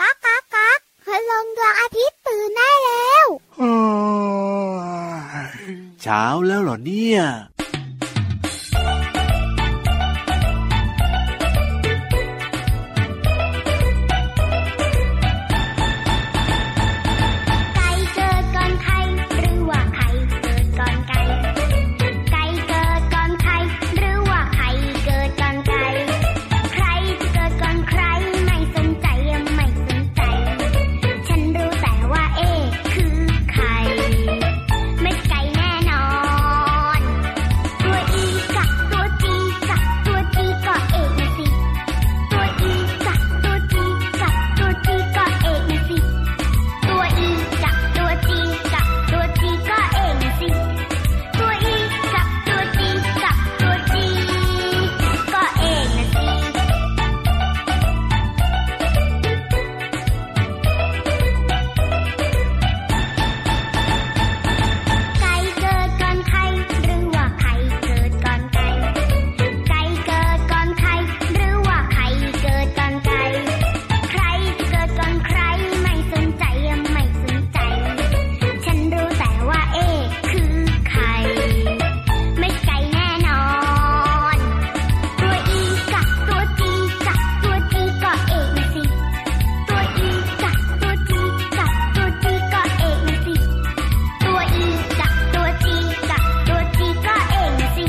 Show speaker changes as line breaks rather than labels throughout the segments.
ก๊ากก๊ากก๊ากพลงดวงอาทิตย์ตื่นได้แล้ว
เช้าแล้วเหรอเนี่ย
ไก่เกิดก่อนใครหรือว่าใครเกิดก่อนไก่ไก่เกิดก่อนใครหรือว่าใครเกิดก่อนไก่ใครจะเกิดก่อนใครไม่สนใจไม่สนใจ ฉันรู้แต่ว่าเอ๊ะคือใครเม็ดไก่แน่นอน ตัวอีกับตัวจีกับตัวจีก็เอกนะสิตัวอีกับตัวจีกับตัวจีก็เอกนะสิ ตัวอีจับตัวจีจับตัวจีก็เองสิ ตัวอีจับตัวจีจับตัวจีก็เองนะสิ ไก่เกิดก่อนใครหรือว่าใครเกิดก่อนไก่ ไก่เกิดก่อนใครหรือว่าใครเกิดก่อนไก่ ใครจะเกิดก่อนใครไม่สนใจไม่สนใจ ฉันรู้แต่ว่าเอ๊ะคือใคร ไม่ไก่แน่นอน ตัวอีกับตัวจีกับตัวจีก็เอกนะสิ ตัวอีกับตัวจีกับตัวจีก็เอกนะสิ ตัวอีกับตัวจีกับตัวจีก็เอกนะสิ ตัวอีกับตัวจีกับตัวจีก็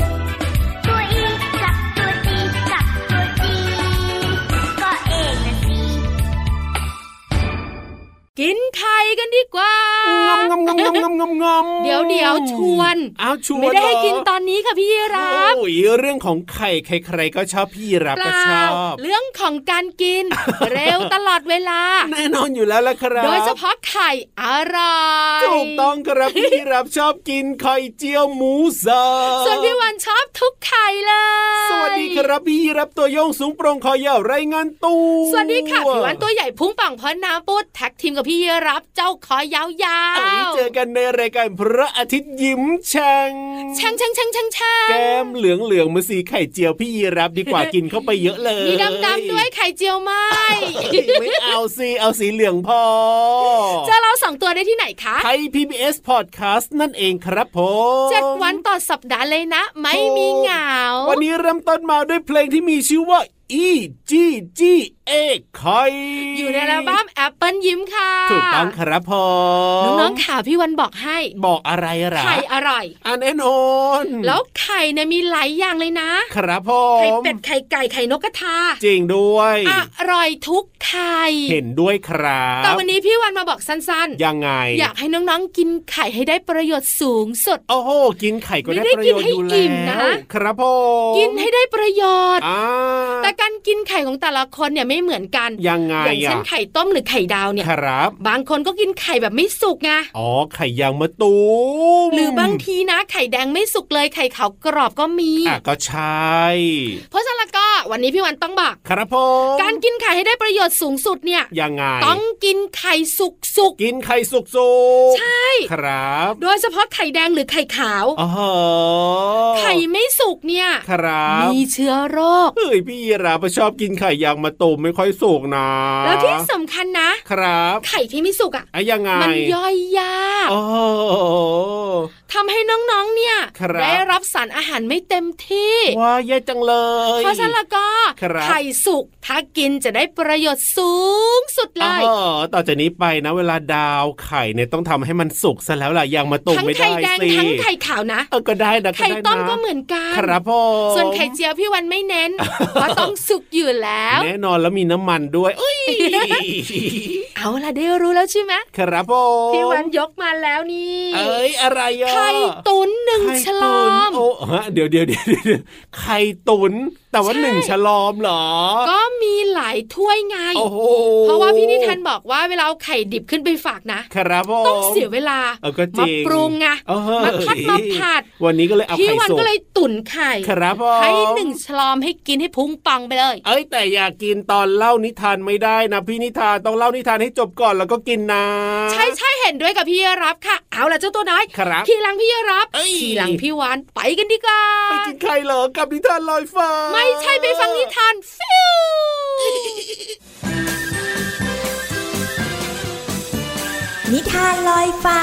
เอกนะสิ
กินไข่กันดีกว่า
งอมงอมงอมงอมงอมงอมงอม
เดี๋ยวเดี๋ยวชวน
อ้าวชวน
ไม่ได้ให้
เร
กินตอนนี้ค่ะพี่ยีรับ
โอ้ยเรื่องของไข่ใครๆก็ชอบพี่รับ
เป
ก็
ล่า
ชอบ
เรื่องของการกิน เร็วตลอดเวลา
แน่นอนอยู่แล้วละครับ
โดยเฉพาะไข่อร่อย
ถูกต้องครับพี่รับชอบกินไข่เจียวหมูสับ
ส่วนพี่วันชอบทุกไข่เลย
สวัสดีครับพี่รับตัวโยงสูงโปรงคอยาวไรายงานตู
สวัสดีค่ะพี่วันตัวใหญ่พุ่งป่องพอน้ำปุดแท็กทีมกับพี่ยีรับเจ้าคอยาว
เอ้ย
ๆ
เจอกันในรายการพระอาทิตย์ยิ้มแฉ่ง
แช่งแช่งแช่งแช่งแช่ง
แก้มเหลืองเหลืองๆเหมาสีไข่เจียวพี่ยีรับดีกว่า กินเข้าไปเยอะเลย
มีดำดำๆด้วยไข่เจียวไหม
ไม่เอาสิเอาสีเหลืองพอ
เจอเราสองตัวได้ที่ไหนคะ
ไทย PBS Podcast นั่นเองครับผม
เจ็ดวันต่อสัปดาห์เลยนะ ไม่มีเหงา
วันนี้เริ่มต้นมาด้วยเพลงที่มีชื่อว่า E G G A ไข่
อยู่ในอัลบั้มแอปเปิลยิ้มค่ะ
ถูกต้องครับผ
น้
ม
องๆค่ะพี่วันบอกให้
บอกอะไรหรอ
ไข่อร่อย
อันแน่นอน
แล้วไข่เนี่ยมีหลายอย่างเลยนะครับ
ผ
ไข่
ม
เป็ดไข่ไก่ไข่นกกระทา
จริงด้วย
อร่อยทุกไข่
เห็นด้วยครับ
แต่วันนี้พี่วันมาบอกสั้น
ยังไง
ๆ อยากให้น้องๆกินไข่ให้ได้ประโยชน์สูงสุด
โอ้โห กินไข่ก็ได้
ไม่ได้
ประโยชน์อยู่แล้
กินให้อิ่ม
ว
นะ
ครับผม
กินให้ได้ประโยชน์
อ่า
แต่การกินไข่ของแต่ละคนเนี่ยไม่เหมือนกัน
ยังไง
อย่างเช่
อ่ะ
นไข่ต้มหรือไข่ดาวเนี่ย
ครับ
บางคนก็กินไข่แบบไม่สุกไง
อ๋อ ไข่ยางมะตูม
หรือบางทีนะไข่แดงไม่สุกเลยไข่ขาวกรอบก็มี
อ่ะก็ใช่
เพราะฉะนั้นแล้วก็วันนี้พี่วันต้องบอก
ครับผม
การกินไข่ให้ได้ประโยชน์สูงสุดเนี่ย
ยังไง
ต้องกินไข่สุกสุก
กินไข่สุกๆ
ใช่
ครับ
โดยเฉพาะไข่แดงหรือไข่ขาว
อ๋อ
ไข่ไม่สุกเนี่ย
ครับ
มีเชื้อโรค
เฮ้ยพี่ราบชอบกินไข่ยางมะตูมไม่ค่อยสุกนะ
แล้วที่สำคัญนะ
ครับ
ไข่ที่ไม่สุกอ่ะ
อ่ะยังไง
มันย่อยยาก
อ๋อ
ทำให้น้องๆเนี่ย
ครับ
ได้รับสารอาหารไม่เต็มที่
ว้ายแย่จังเลย
เพราะฉะนั้นแล้วก็
ครับ
ไข่สุกถ้ากินจะได้ประโยชน์สูงสุดเลย
เออต่อจากนี้ไปนะ เวลาดาวไข่เนี่ยต้องทำให้มันสุกซะแล้วล่ะยังมาตุ่ม
ทั้ง
ไม่
ไข่
ได้
แดง
สิ
ทั้งไข่ขาวนะ
เออก็ได้นะ
ไข่
ด้นะ
ต้มก็เหมือนกัน
ครับพ่อ
ส่วนไข่เจียวพี่วันไม่เน้น ว่าต้องสุกอยู่แล้ว
แน่นอนแล้วมีน้ำมันด้วยเอ้ย
เอาล่ะได้รู้แล้วใช่ไหม
ครับพ่อ
พี่วันยกมาแล้วนี่
เอ้ยอะไรอ่ะ
ไข่ตุ๋นหนึ่ง
ไข่
ฉ
ตุ๋น
ลอม
โอ้ ฮะเดี๋ยวเดี๋ยวเดี๋ยวเดี๋ยวไข่ตุ๋นแต่ว่า
ใช่
หนึ่งฉลอมเหรอ
ก็มีหลายถ้วยไง
โอ้โห
เพราะว่าพี่นิทานบอกว่าเวลาเอาไข่ดิบขึ้นไปฝากนะ
ครับพ่อ
ต้องเสียเวลา
เออก็จริ
มาง ปรุงไง
เออ
มาคัดมาผัด
วันนี้ก็เลยเอา
พี่
ไข่
วัน
สุก
ก็เลยตุ๋นไข่
ครับพ่อ
ให้หนึ่งฉลอมให้กินให้พุงปังไปเลย
เอ้ยแต่อย่ากินตอนเล่านิทานไม่ได้นะพี่นิทานต้องเล่านิทานให้จบก่อนแล้วก็กินนะ
ใช่ใช่เห็นด้วยกับพี่รับค่ะ เอาล่ะเจ้าตัวน้อย
ครับ
ทีหลังพี่รับ
เอ้ย
ทีหลังพี่วานไปกันดีกว่า
ไปกินไข่เหรอกับนิทานลอยฟ้า
ไม่ใช่ไปฟังนิทานฟิว
นิทานลอยฟ้า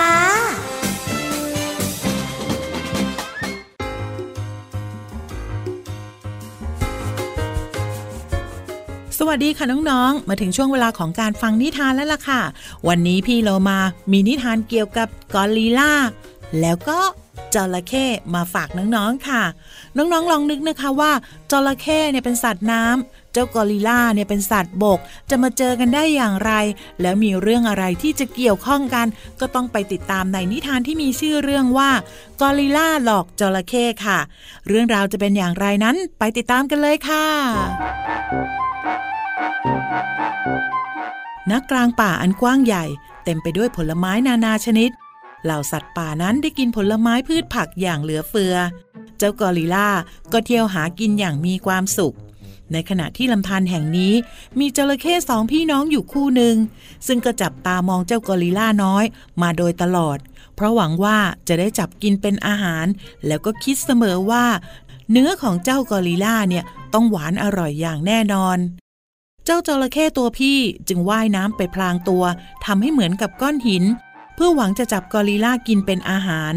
สวัสดีค่ะน้องๆ มาถึงช่วงเวลาของการฟังนิทานแล้วล่ะค่ะ วันนี้พี่โลมามีนิทานเกี่ยวกับกอริลลาแล้วก็จระเข้มาฝากน้องๆค่ะ น้องๆลองนึกนะคะว่าจระเข้เนี่ยเป็นสัตว์น้ำเจ้ากอริลลาเนี่ยเป็นสัตว์บก จะมาเจอกันได้อย่างไร แล้วมีเรื่องอะไรที่จะเกี่ยวข้องกัน ก็ต้องไปติดตามในนิทานที่มีชื่อเรื่องว่ากอริลลาหลอกจระเข้ค่ะ เรื่องราวจะเป็นอย่างไรนั้นไปติดตามกันเลยค่ะ ณกลางป่าอันกว้างใหญ่ เต็มไปด้วยผลไม้นานาชนิด เหล่าสัตว์ป่านั้นได้กินผลไม้พืชผักอย่างเหลือเฟือ เจ้ากอริลล่าก็เที่ยวหากินอย่างมีความสุข ในขณะที่ลำธารแห่งนี้ มีจระเข้สองพี่น้องอยู่คู่หนึ่ง ซึ่งก็จับตามองเจ้ากอริลล่าน้อยมาโดยตลอด เพราะหวังว่าจะได้จับกินเป็นอาหาร แล้วก็คิดเสมอว่า เนื้อของเจ้ากอริลล่าเนี่ยต้องหวานอร่อยอย่างแน่นอน เจ้าจระเข้ตัวพี่จึงว่ายน้ำไปพลางตัวทำให้เหมือนกับก้อนหิน เพื่อหวังจะจับกอริลลากินเป็นอาหาร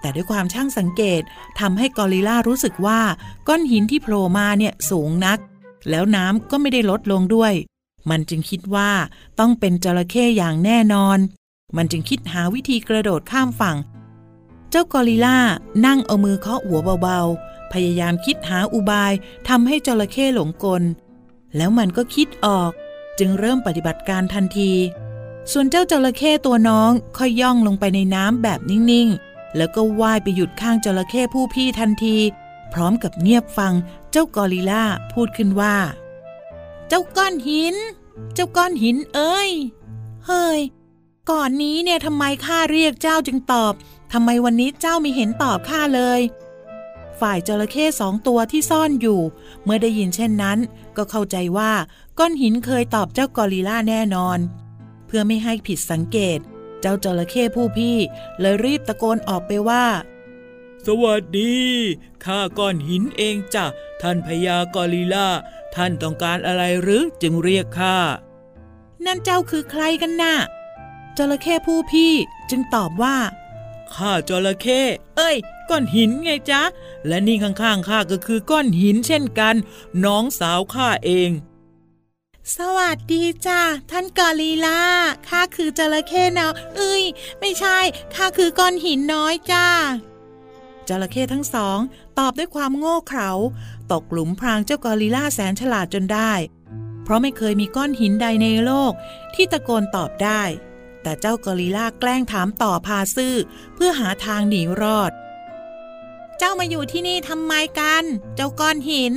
แต่ด้วยความช่างสังเกตทำให้กอริลลารู้สึกว่าก้อนหินที่โผล่มาเนี่ยสูงนัก แล้วน้ำก็ไม่ได้ลดลงด้วย มันจึงคิดว่าต้องเป็นจระเข้อย่างแน่นอน มันจึงคิดหาวิธีกระโดดข้ามฝั่ง เจ้ากอริลล่านั่งเอามือเคาะหัวเบาๆ พยายามคิดหาอุบายทำให้จระเข้หลงกล แล้วมันก็คิดออก จึงเริ่มปฏิบัติการทันที ส่วนเจ้าจระเข้ตัวน้องค่อยย่องลงไปในน้ำแบบนิ่งๆ แล้วก็ว่ายไปหยุดข้างจระเข้ผู้พี่ทันที พร้อมกับเงียบฟังเจ้ากอริลล่าพูดขึ้นว่า เจ้าก้อนหิน เจ้าก้อนหินเอ้ย เฮ้ย ก่อนนี้เนี่ยทำไมข้าเรียกเจ้าจึงตอบทำไมวันนี้เจ้าไม่เห็นตอบข้าเลย ฝ่ายจระเข้สองตัวที่ซ่อนอยู่ เมื่อได้ยินเช่นนั้น ก็เข้าใจว่าก้อนหินเคยตอบเจ้ากอริลล่าแน่นอน เพื่อไม่ให้ผิดสังเกต เจ้าจระเข้ผู้พี่ เลยรีบตะโกนออกไปว่า
สวัสดี ข้าก้อนหินเองจ้ะ ท่านพญากอริลล่า ท่านต้องการอะไรหรือจึงเรียกข้า
นั่นเจ้าคือใครกันน่ะจระเข้ผู้พี่จึงตอบว่า
ข้าจระเข้ เอ้ย ก้อนหินไงจ๊ะ และนี่ข้างๆข้าก็คือก้อนหินเช่นกัน น้องสาวข้าเอง
สวัสดีจ้าท่านกอริลล่าข้าคือจระเข้น้อยเอ้ย ไม่ใช่ข้าคือก้อนหินน้อยจ้าจระเข้ทั้งสอง ตอบด้วยความโง่เขลาตกหลุมพรางเจ้ากอริลล่าแสนฉลาดจนได้ เพราะไม่เคยมีก้อนหินใดในโลก ที่ตะโกนตอบได้ แต่เจ้ากอริลล่าแกล้งถามต่อพาซื่อ เพื่อหาทางหนีรอด เจ้ามาอยู่ที่นี่ทำไมกัน เจ้าก้อนหิน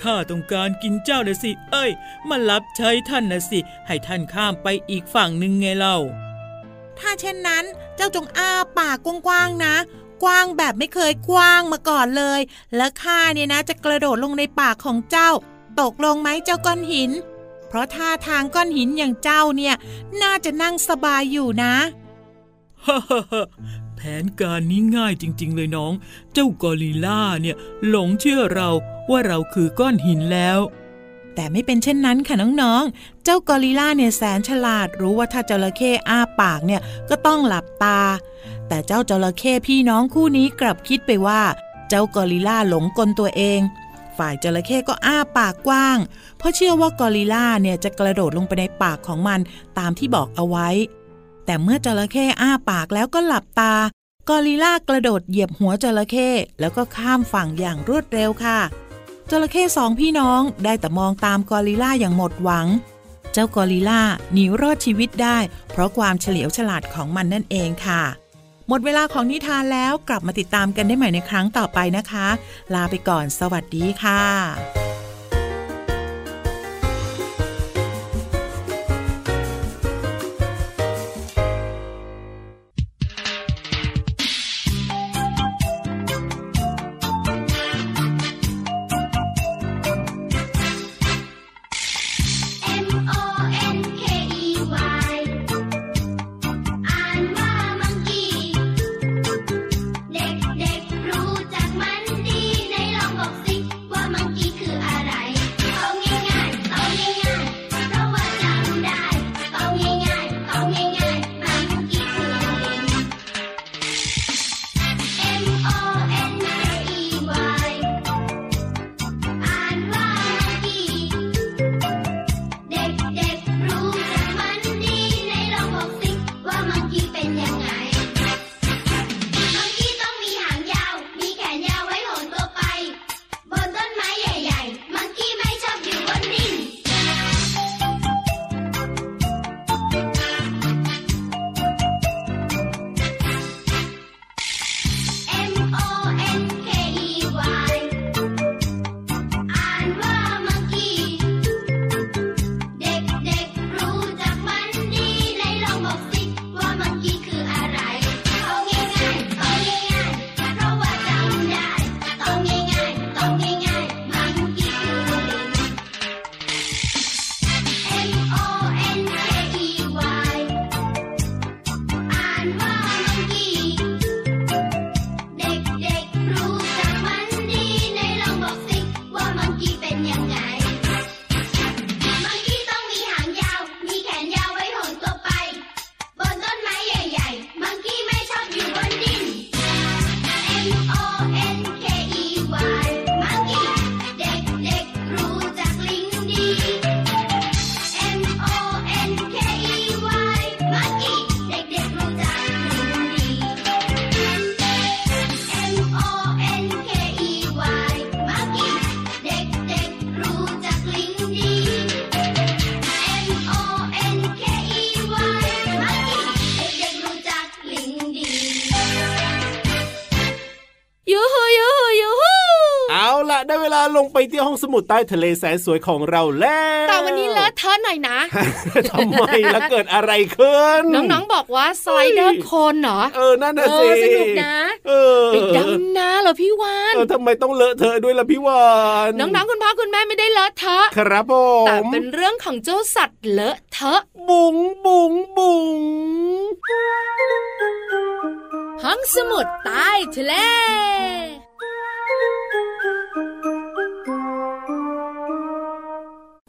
ข้าต้องการกินเจ้านะสิ เอ้ย มารับใช้ท่านนะสิ ให้ท่านข้ามไปอีกฝั่งหนึ่งไงเล่า
ถ้าเช่นนั้นเจ้าจงอ้าปากกว้างๆนะ กว้างแบบไม่เคยกว้างมาก่อนเลย แล้วข้าเนี่ยนะจะกระโดดลงในปากของเจ้า ตกลงไหมเจ้าก้อนหิน เพราะท่าทางก้อนหินอย่างเจ้าเนี่ย น่าจะนั่งสบายอยู่นะ
ฮ่าฮ่าฮ่าแผนการนี้ง่ายจริง ๆ เลยน้อง เจ้ากอริลล่าเนี่ย หลงเชื่อเราว่าเราคือก้อนหินแล้ว
แต่ไม่เป็นเช่นนั้นค่ะน้องๆ เจ้ากอริลล่าเนี่ยแสนฉลาดรู้ว่าถ้าจระเข้อ้าปากเนี่ยก็ต้องหลับตา แต่เจ้าจระเข้พี่น้องคู่นี้กลับคิดไปว่า เจ้ากอริลล่าหลงกลตัวเอง ฝ่ายจระเข้ก็อ้าปากกว้าง เพราะเชื่อว่ากอริลล่าเนี่ยจะกระโดดลงไปในปากของมันตามที่บอกเอาไว้ แต่เมื่อจระเข้อ้าปากแล้วก็หลับตา กอริลล่ากระโดดเหยียบหัวจระเข้แล้วก็ข้ามฝั่งอย่างรวดเร็วค่ะ จระเข้สองพี่น้องได้แต่มองตามกอริลล่าอย่างหมดหวัง เจ้ากอริลล่าหนีรอดชีวิตได้ เพราะความเฉลียวฉลาดของมันนั่นเองค่ะ หมดเวลาของนิทานแล้วกลับมาติดตามกันได้ใหม่ในครั้งต่อไปนะคะ ลาไปก่อนสวัสดีค่ะ
M O N K E Y อ่านว่ามังกี้ เด็กๆรู้จักมันดีในลองบอกสิว่ามังกี้คืออะไร
ลงไปที่ห้องสมุดใต้ทะเลแสนสวยของเราแล้ว
แต่วันนี้เลอะเทอะหน่อยนะ
ทำไมแล้วเกิดอะไรขึ้น
น้องๆบอกว่าสไลเดอร์โคนเหรอ
ๆเออนั่นน่ะ
เอ
สิ
อสนุกนะ
เออ
ไปดำนาเหรอพี่วาน
เออทำไมต้องเลอะเทอะด้วยล่ะพี่วาน
น้องๆคุณพ่อคุณแม่ไม่ได้เลอะเทอะ
ครับผ
แต่
ม
เป็นเรื่องของเจ้าสัตว์เลอะเทอะ
บุ๋งบุ๋งบุ๋ง
ห้องสมุดใต้ทะเล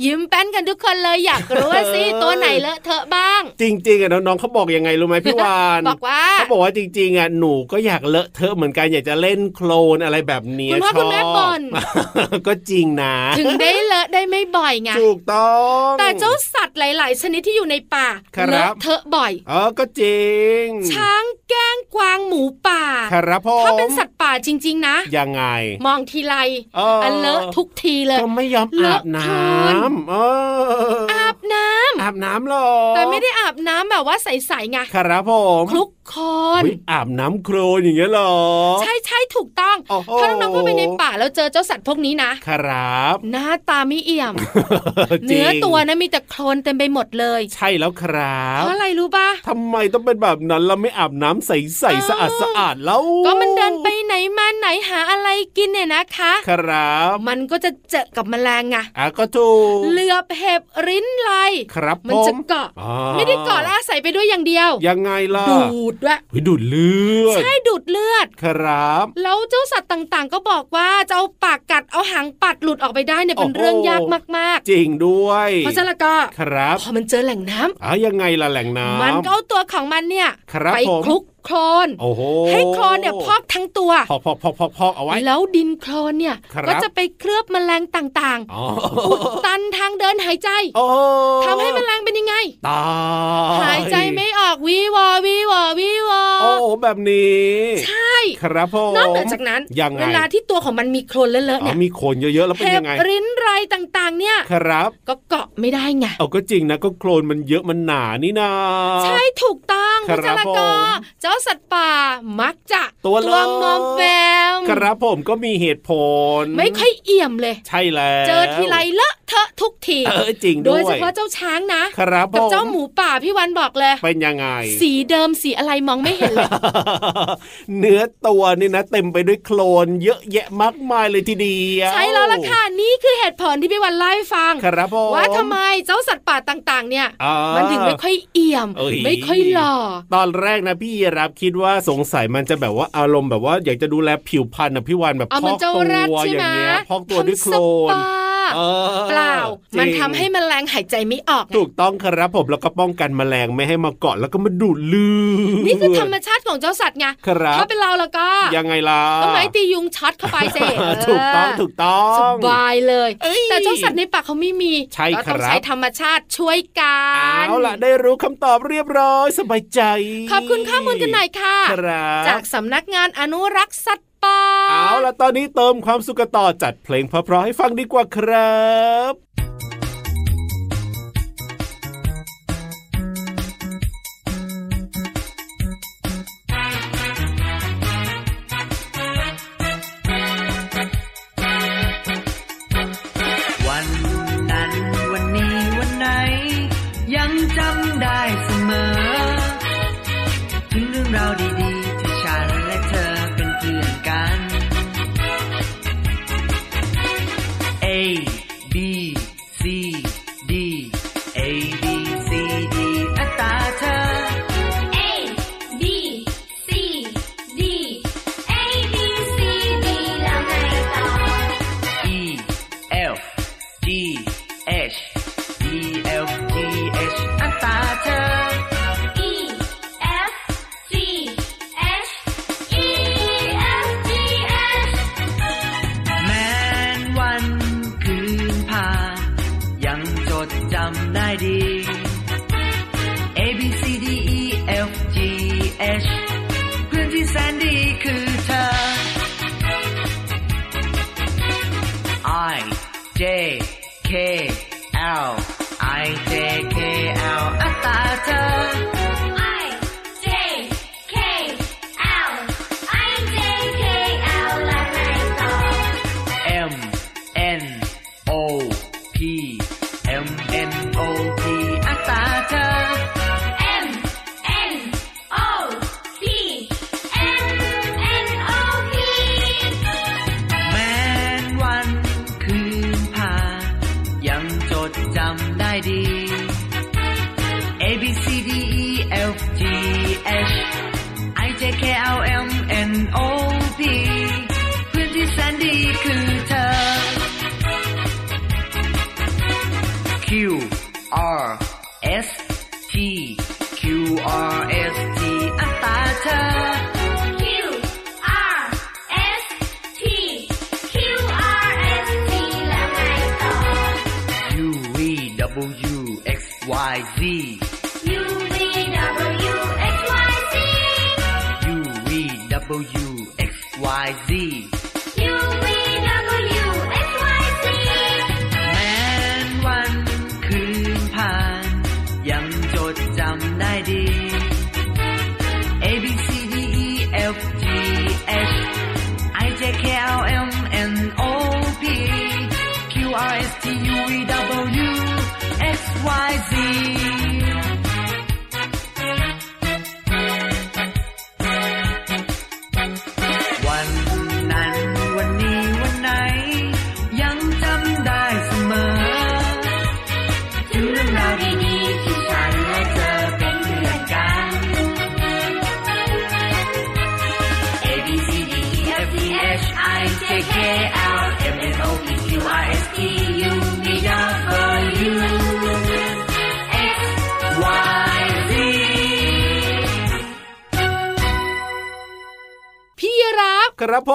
ยิ้มแป้นกันทุกคนเลยอยากรู้ว่า สิตัวไหนเลอะเทอะบ้าง
จริงๆอ่ะน้องๆเขาบอกยังไงรู้ไหมพี่วาน
บอกว่า
เขาบอกว่าจริงๆอ่ะหนูก็อยากเลอะเทอะเหมือนกันอยากจะเล่นโคลนอะไรแบบเนี้ย
คุณพ่อ
ช
คุ
อบ
ณแม่บ่น
ก็จริงนะ
ถึงได้เลอะได้ไม่บ่อยไง
ถูกต้อง
แต่เจ้าสัตว์หลาย ๆ ชนิดที่อยู่ในป่า
ครับ
เลอะเทอะบ่อย
เออก็จริง
ช้างแกล้งกวางหมูป่า
ครับผม
ถ้าเป็นสัตว์ป่าจริง ๆ นะ
ยังไง
มองทีไร
เอออั
นเลอะทุกทีเลย
ก็ไม่ยอมอาบน้ำเอออ
อาบน้ำ
อาบน้ำหรอ
แต่ไม่ได้อาบน้ำแบบว่าใส ๆ ไง
ครับผม
คลุกโคลน
อุ๊ยอาบน้ำโคลนอย่างเงี้ยหรอ
ใช่ใช่ถูกต้อง
โอ้โห
ถ้าน้องๆเข้าไปในป่าแล้วเจอเจ้าสัตว์พวกนี้ นะ
ครับ
หน้าตาไม่เอี่ยม
จริง
เนื้อตัวนะมีแต่โคลนเต็มไปหมดเลย
ใช่แล้วครับ
เพราะอะไรรู้ป่ะ
ทำไมต้องเป็นแบบนั้นเราไม่อาบน้ำใส
อ้าว
ๆสะอาดสะอาดๆแล้ว
ก็มันเดินไปไหนมาไหนหาอะไรกินเนี่ยนะคะ
ครับ
มันก็จะเจอกับแมลงไง
อ่ะก็ถูก
เหลือบเห็บริ้นไล
ครับ
มันจะ
ผ
เกาะ
อ่
ไม่ได้เกาะแล้วอาศัยไปด้วยอย่างเดียว
ยังไงล่ะ
ดูดด้วย
เฮ้ยดูดเลือด
ใช่ดูดเลือด
ครับ
แล้วเจ้าสัตว์ต่างๆ ก็บอกว่าจะเอาปากกัดเอาหางปัดหลุดออกไปได้เนี่ยเป็น
โอ้โห
เรื่องยากมาก
จริงด้วย
ๆ เพราะฉะนั้นแล้วก็
ครับ
พอมันเจอแหล่งน้ำ
อ่ะยังไงล่ะแหล่งน้ำ
มันก็เอาตัวของมันเนี่ย
ครับ
ไป
ผม
คลุกโคลน
โอ้โห
ให้โคลนเนี่ยพอกทั้งตัว
พอกพอกพอกพอกพอกเอาไว้
แล้วดินโคลนเนี่ย
ครับ
ก็จะไปเคลือบแมลงต่าง
อ๋อ
ๆอุดตันทางเดินหายใจ
โอ้
ทำให้แมลงเป็นยังไง
ตาย
หายใจไม่ออกวีวอวีวอวีวอ
โอ้โหแบบนี้
ใช่
ครับผม
นอกเหนือจากนั้น
ยังไง
เวลาที่ตัวของมันมีโคลนเลอะๆ
อ๋อ
เนี่ย
มีคนเยอะๆ แล้วเป็น
เห็
ยั
บ
งไง
ริ้นไรต่างๆ เนี่ย
ครับ
ก็เกาะไม่ได้ไง
เอาก็จริงนะก็โคลนมันเยอะมันหนานี่นา
ใช่ถูกต้อง
ครับ
เพาะฉะนั้นก็
ผม
เจ้าสัตว์ป่ามักจะ
ตัว
ล
เลอะ
งมอมแวม
ครับผมก็มีเหตุผล
ไม่ค่อยเอี่ยมเลย
ใช่แล้ว
เจอทีไรเลอะเทอะทุกที
เออจริง
โด
ด้วย
ยเฉพาะเจ้าช้างนะครับ
ผ
กับ
ม
เจ้าหมูป่าพี่วันบอกเลย
เป็นยังไง
สีเดิมสีอะไรมองไม่เห็นเลย
เนื้อตัวนี่นะ เต็มไปด้วยโคลนเยอะแยะมากมายเลยทีเดียว
ใช่แล้วล่ะค่ะนี่คือเหตุผลที่พี่วันเล่าให้ฟัง
ครับผม
ว่าทำไมเจ้าสัตว์ป่าต่างๆ เนี่ย
อ่ามั
มันถึงไม่ค่อยเอี่ยม
เอ้ย
ไม่ค่อยหล่อ
ตอนแรกนะพี่รับคิดว่าสงสัยมันจะแบบว่าอารมณ์แบบว่าอยากจะดูแลผิวพรรณนะพี่วานแบบ
เอา
พ
มัน
อก
เจ้า
ตัว
แรดใช่
อ
ไหม
ย่างเงี้ยพอกตัวด้วยโคลน
ทำสปา
เออ
เปล่า
จริง
มันทำให้แมลงหายใจไม่ออกไง
ถูกต้องครับผมแล้วก็ป้องกันแมลงไม่ให้มาเกาะแล้วก็มาดูดเลือด
นี่คือธรรมชาติของเจ้าสัตว์ไง
ครับ
ถ้าเป็นเราแล้วก็
ยังไงล่ะ
ต้องไม้ตียุงช็อตเข้าไปเส
เออ ถูกต้องถูกต้อง
สบายเลย
เอ้ย
แต่เจ้าสัตว์ในป่าเขาไม่มี
ใช่
เราต้อง
ครับ
ใช้ธรรมชาติช่วยกั
เอน าล่ะได้รู้คำตอบเรียบร้อยสบายใจ
ขอบคุณข้อมูลกันหน่อยค่ะ
ครับ
จากสำนักงานอนุรักษ์สัตว์ป่า
เอาล่ะตอนนี้เติมความสุขกันต่อจัดเพลงเพราะๆให้ฟังดีกว่าครับ
วันนั้นวันนี้วันไหน ยังจำได้เสมอ ถึงเรื่องราวดีๆ ที่ฉันและเธอเป็นเพื่อนกัน A B C D A B C D อัตราเธอ
A B C D A B C D แล้วไงต่อ
E F G H E F G H อัตราเธอ
E F G H E F G H
แม้นวันคืนผ่านยังจดจำได้ดี A B C D E F G H เพื่อนที่แสนดีคือเธอ I J K L I J K L อัตราเธอ
I J K L I J K L แล้วไงต่อ
M ยังจดจำได้ดี A B C D E F G H I J K L M N O P พื้นที่แสนดีคือเธอ Q R S T Q R S T อัตราเธอ
Q R S T Q R S T แล้วไงต่อ
U V W X Y Z
U V W X Y Z
U V E W X Y Z
U V W X Y Z
แม้นวันคืนผ่าน ยังจดจำได้ดี A B C D E F G H I J K L M N O P Q R S T U V W X Y Z วันนั้นวันนี้วันไหน ยังจำได้เสมอ ถึงเรื่องราวดีๆที่ฉันและเธอเป็นเพื่อนกัน A B C D E F G H I J K L M N O P Q R S T U V W X Y Z
พี่ยีรับ
ครับผ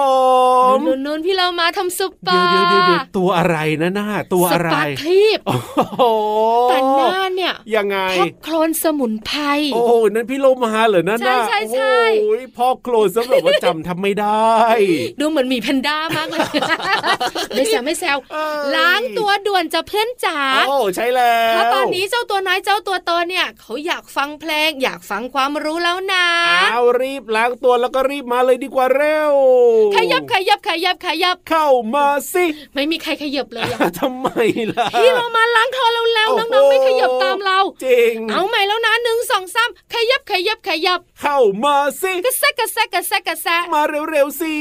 น
ม
นนนพี่เรามาทำสปา
เดี๋ยวเดี๋ยวเดี๋ยวเดี๋ยวตัวอะไรนะหน้าตัว
ส
อะไร
ปาคลีป
โอ้โห
แต่หน้าเนี่ย
ยังไง
ท็อปโคลนสมุนไพร
โอ้โหนั่นพี่โลมาเหรอนั่นน่ะ
ใช่ใช่ใช่
โอ้ยพ่อโคลนสำหรับว่าจำทำไม่ได้
ดูเหมือนหมีแพนด้ามาก เลย ไม่แซวไม่แซว
เอ้ย
ล้างตัวด่วนจะเพื่อนจ๋า
โอ้ใช่แล้ว
เพราะตอนนี้เจ้าตัวน้อยเจ้าตัวโตเนี่ยเขาอยากฟังเพลง อยากฟังความรู้แล้วนะ
เอารีบล้างตัวแล้วก็รีบมาเลยดีกว่าเร็ว
ขยับขยับขยับขยับ
เข้ามาสิ
ไม่มีใครขยับเลยอะ
ทำไมล่ะ
พี่เรามาล้างคอเราแล้ว
โอ้
น้
โห
องๆไม่ขยับตามเรา
จริง
เอาใหม่แล้วนะหนึ่งสองสามขยับขยับขยับ
เข้ามาสิ
กระแซะกระแซะกระแซะกระแซะ
มาเร็วๆสิ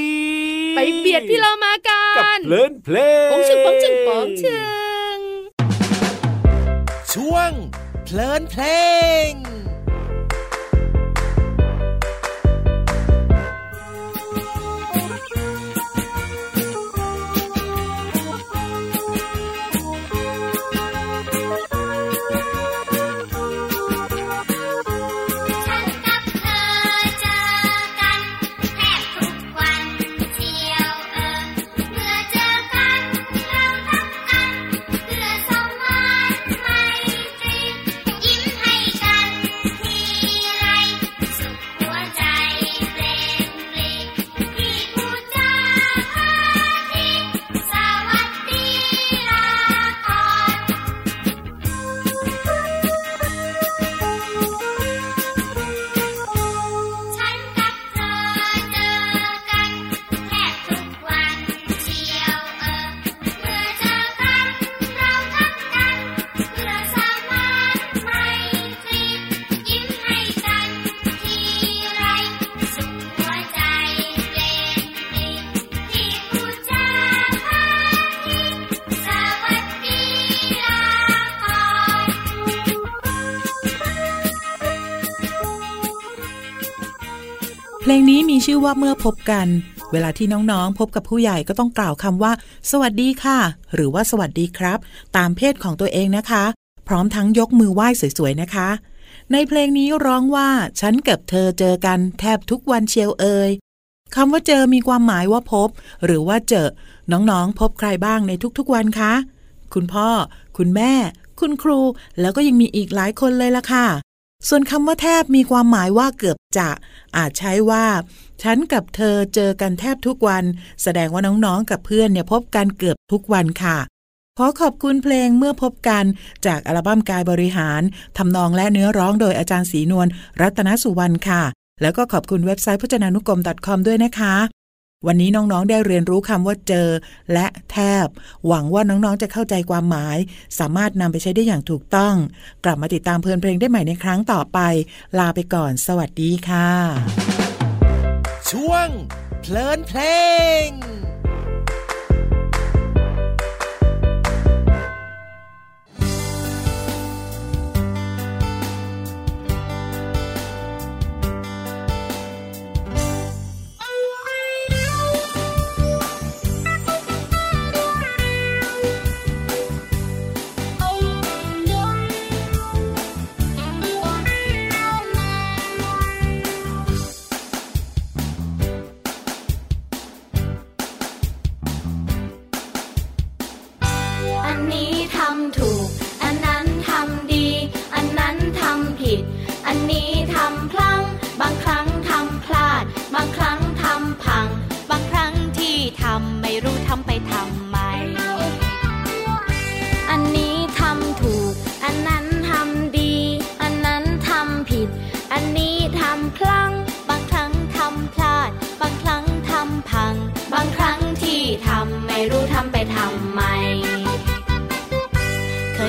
ไปเบียดพี่เรามากั
กับ
น
เพลินเพลง
ปองชึงปองชึงปองชึง
ช่วงเพลินเพลง
ฉันกับเธอเจอกันแทบทุกวันเชียวเออเมื่อเจอกันเราทักกันเพื่อสมานไมตรียิ้มให้กันทีไรสุขหัวใจเปล่งปลีที่ผู้จาพาทีสวัสดีลาก่อน ฉันกับเธอเจอกันแทบทุกวันเชียวเออเมื่อเจอกันเราทักกันเพื่อสมานไมตรียิ้มให้กันทีไรสุขหัวใจเปล่งปลีที่ผู้จาพาทีสวัสดีลาก่อน
เพลงนี้มีชื่อว่าเมื่อพบกัน เวลาที่น้องๆ พบกับผู้ใหญ่ก็ต้องกล่าวคำว่า สวัสดีค่ะ หรือว่าสวัสดีครับ ตามเพศของตัวเองนะคะ พร้อมทั้งยกมือไหว้สวยๆนะคะ ในเพลงนี้ร้องว่า ฉันกับเธอเจอกันแทบทุกวันเชียวเอ่ยคำว่าเจอมีความหมายว่าพบ หรือว่าเจอ น้องๆ พบใครบ้างในทุกๆวันคะ คุณพ่อ คุณแม่ คุณครู แล้วก็ยังมีอีกหลายคนเลยล่ะค่ะ ส่วนคำว่าแทบมีความหมายว่าเกือบจะ อาจใช้ว่า ฉันกับเธอเจอกันแทบทุกวัน แสดงว่าน้องๆกับเพื่อนเนี่ยพบกันเกือบทุกวันค่ะ ขอขอบคุณเพลงเมื่อพบกันจากอัลบั้มกายบริหารทำนองและเนื้อร้องโดยอาจารย์ศรีนวลรัตนสุวรรณค่ะ แล้วก็ขอบคุณเว็บไซต์พจนานุกรม .com ด้วยนะคะ วันนี้น้องๆ ได้เรียนรู้คำว่าเจอ และแทบ หวังว่าน้องๆ จะเข้าใจความหมาย สามารถนำไปใช้ได้อย่างถูกต้อง กลับมาติดตามเพลินเพลงได้ใหม่ในครั้งต่อไป ลาไปก่อน สวัสดีค่ะ
ช่วงเพลินเพลง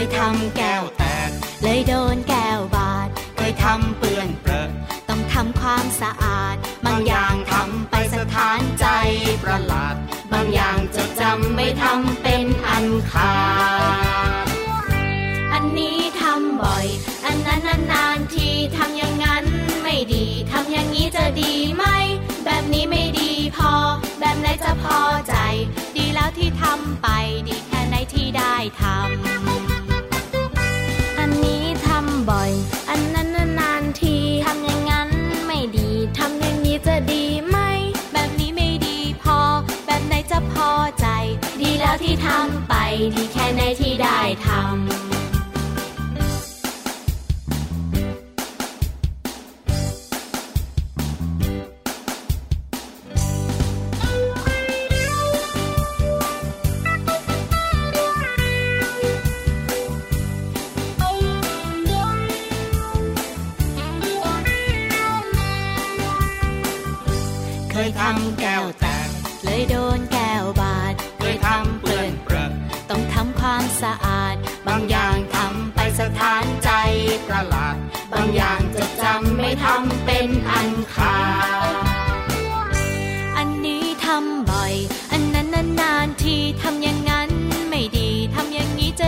ยทำแก้วแตก เลยโดนแก้วบาด เคยทำเปื้อนเปรอะต้องทำความสะอาด บางอย่างทำไปสถานใจประหลาด บางอย่างจดจำไม่ทำเป็นอันขาด อันนี้ทำบ่อย อันนั้นนานๆทีทำอย่างนั้นไม่ดี ทำอย่างนี้จะดีไหม แบบนี้ไม่ดีพอ แบบไหนจะพอใจ ดีแล้วที่ทำไป ดีแค่ไหนที่ได้ทำ อันนี้ทำบ่อย อันนั้นนานๆที ทำอย่างนั้นไม่ดี ทำอย่างนี้จะดีไหม แบบนี้ไม่ดีพอ แบบไหนจะพอใจ ดีแล้วที่ทำไป ดีแค่ไหนที่ได้ทำ เคยทำแก้วแตก เลยโดนแก้วบาด เคยทำเปื้อนเปรอะต้องทำความสะอาด บางอย่างทำไปสถานใจประหลาด บางอย่างจดจำไม่ทำเป็นอันขาด อันนี้ทำบ่อย อันนั้นนานๆทีทำอย่างนั้นไม่ดี ทำอย่างนี้จะ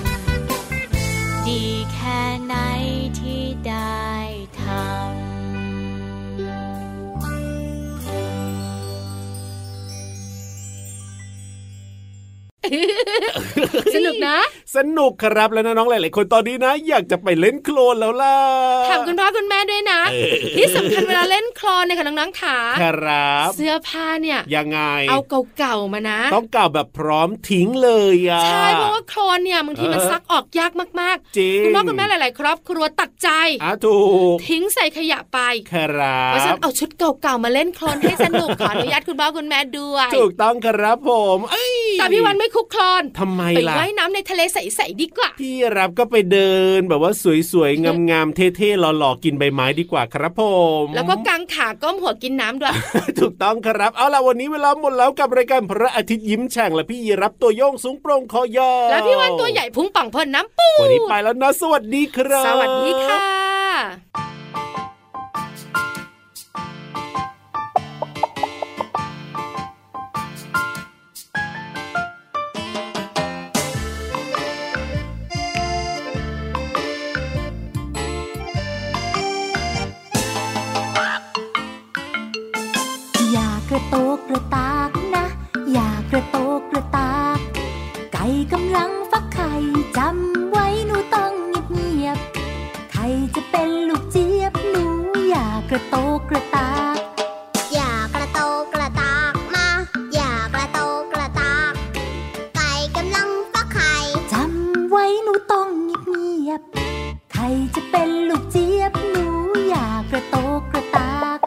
ำ ดีแค่ไหนที่ได้ทำ
สนุกนะ
สนุกครับแล้วน้องๆหลายๆคนตอนนี้นะ อยากจะไปเล่นโคลนแล้วล่ะ
ถามคุณพ่อคุณแม่ด้วยนะ ที่สำคัญเวลาเล่นโคลอนเนี่ยค่ะน้องๆขา
ครับ
เสื้อผ้าเนี่ย
ยังไง
เอาเก่าๆมานะ
ต้องกล่าวแบบพร้อมทิ้งเลยอ่ะ
ใช่เพราะว่าโคลนเนี่ยบางทีมัน
เออ
ซักออกยากมาก
จริ
ๆ
ง
คุณพ่อคุณแม่หลายๆ ครอบครัวตัดใจ
อ่ะถูก
ทิ้งใส่ขยะไป
ครับ
เพราะฉะนั้นเอาชุดเก่าๆมาเล่นโคลนให้สนุก ขออนุญาตคุณพ่อคุณแม่ด้วย
ถูกต้องครับผมเอ้ย
แต่พี่วันไม่คลุกโคลน
ทำไม
ไป
ล่ะ
ว่ายน้ำในทะเลใสๆดีกว่า
พี่รับก็ไปเดินแบบว่าสวยๆ งามๆ เท่ๆ หล่อๆ กินใบไม้ดีกว่าครับผม
แล้วก็กางขาก้มหัวกินน้ำด้วย
ถูกต้องครับ เอาล่ะวันนี้เวลาหมดแล้วกับรายการพระอาทิตย์ยิ้มแฉ่งและพี่รับตัวโยงสูงโปร่งคอยาว
แล้วพี่วันตัวใหญ่พุงป่องพอน้ำปู
วันนี้ไปแล้วนะ สวัสดีครับ
สวัสดีค่ะ
อย่ากระโตกกระตากนะ อย่ากระโตกกระตาก ไก่กำลังฟักไข่จำไว้หนูต้องเงียบเงียบๆไข่จะเป็นลูกเจี๊ยบหนู อย่ากระโตกกระตาก
อย่ากระโตกกระตากมา อย่ากระโตกกระตาก ไก่กำลังฟักไข่
จำไว้หนูต้องเงียบเงียบๆไข่จะเป็นลูกเจี๊ยบหนู อย่ากระโตกกระตาก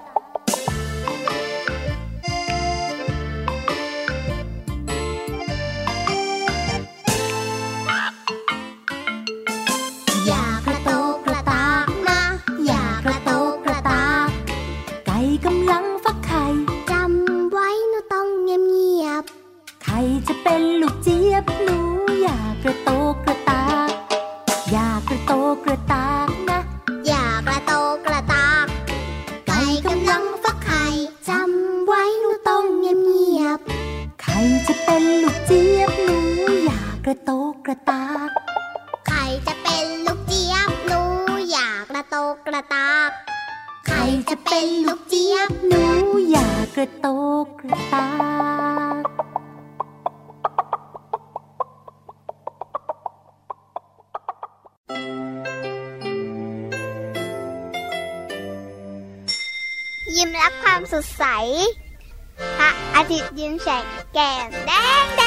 อย่ากระโตกกระตากมา อย่ากระโตกกระตาก
ไก่กำลังฟักไข่
จำไว้หนูต้องเงียบเงียบ
ไข่จะเป็นลูกเจี๊ยบหนู อย่ากระโตกกระตาก อย่ากระโตกกระตากนะ
ๆอย่ากระโตกกระตาก ไก่กำลังฟักไข่จำไว้หนูต้องเงียบเงียบๆ
ใครจะเป็นลูกเจี๊ยบหนู อย่ากระโตกกระตาก
ไข่จะเป็นลูกเจี๊ยบหนูอยากกระโตกกระตากไข่จะเป็นลูกเจี๊ยบ
หนูอย่ากระโตกกระตาก
ยิ้มรับความสดใส พระอาทิตย์ยิ้มแฉกแก้มแดงแด